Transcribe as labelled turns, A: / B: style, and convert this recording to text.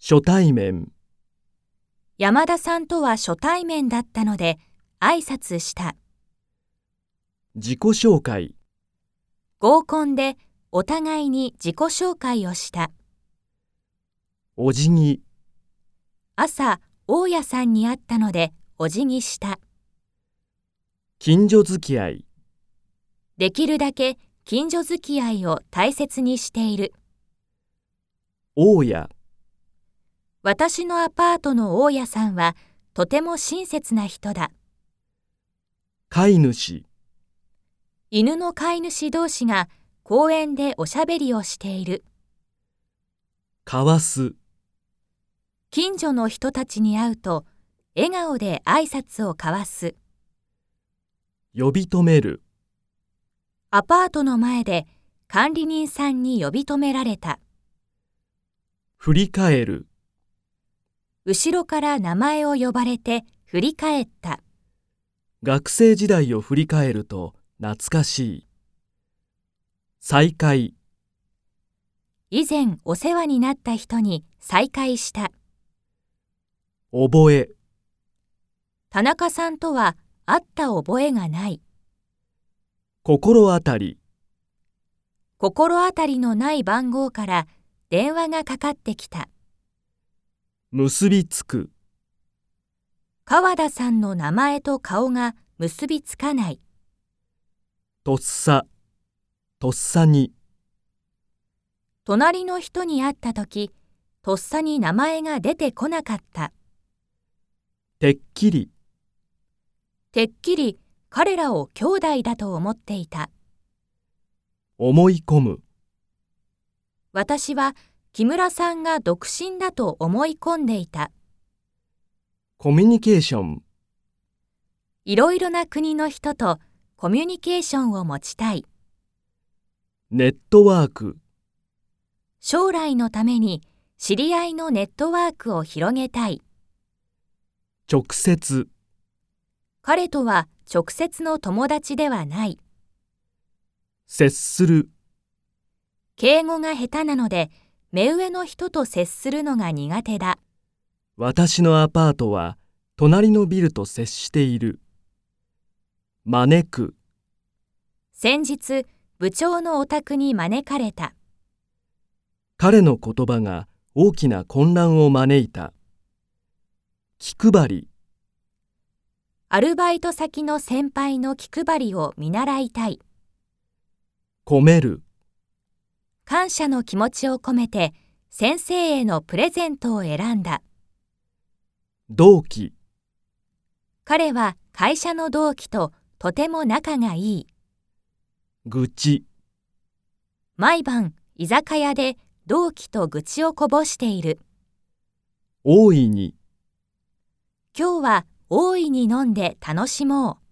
A: 初対面、
B: 山田さんとは初対面だったので挨拶した
A: 自己紹介、
B: 合コンでお互いに自己紹介をした
A: お辞儀、
B: 朝大家さんに会ったのでお辞儀した
A: 近所付き合い、
B: できるだけ近所付き合いを大切にしている
A: 大家、
B: 私のアパートの大家さんはとても親切な人だ
A: 飼い主、
B: 犬の飼い主同士が公園でおしゃべりをしている
A: かわす、
B: 近所の人たちに会うと笑顔で挨拶を交わす
A: 呼び止める、
B: アパートの前で管理人さんに呼び止められた
A: 振り返る、
B: 後ろから名前を呼ばれて振り返った
A: 学生時代を振り返ると懐かしい。再会、
B: 以前お世話になった人に再会した
A: 覚え、
B: 田中さんとは会った覚えがない
A: 心当たり、
B: 心当たりのない番号から電話がかかってきた
A: 結びつく、
B: 川田さんの名前と顔が結びつかない
A: とっさ、とっさに、
B: 隣の人に会った時とっさに名前が出てこなかった
A: てっきり、
B: てっきり彼らを兄弟だと思っていた
A: 思い込む、
B: 私は木村さんが独身だと思い込んでいた
A: コミュニケーション、
B: いろいろな国の人とコミュニケーションを持ちたい
A: ネットワーク、
B: 将来のために知り合いのネットワークを広げたい
A: 直接、
B: 彼とは直接の友達ではない
A: 接する、
B: 敬語が下手なので目上の人と接するのが苦手だ
A: 私のアパートは隣のビルと接している。招く、
B: 先日部長のお宅に招かれた
A: 彼の言葉が大きな混乱を招いた。気配り、
B: アルバイト先の先輩の気配りを見習いたい
A: 込める、
B: 感謝の気持ちを込めて先生へのプレゼントを選んだ
A: 同期、
B: 彼は会社の同期ととても仲がいい
A: 愚痴、
B: 毎晩居酒屋で同期と愚痴をこぼしている
A: 大いに、
B: 今日は大いに飲んで楽しもう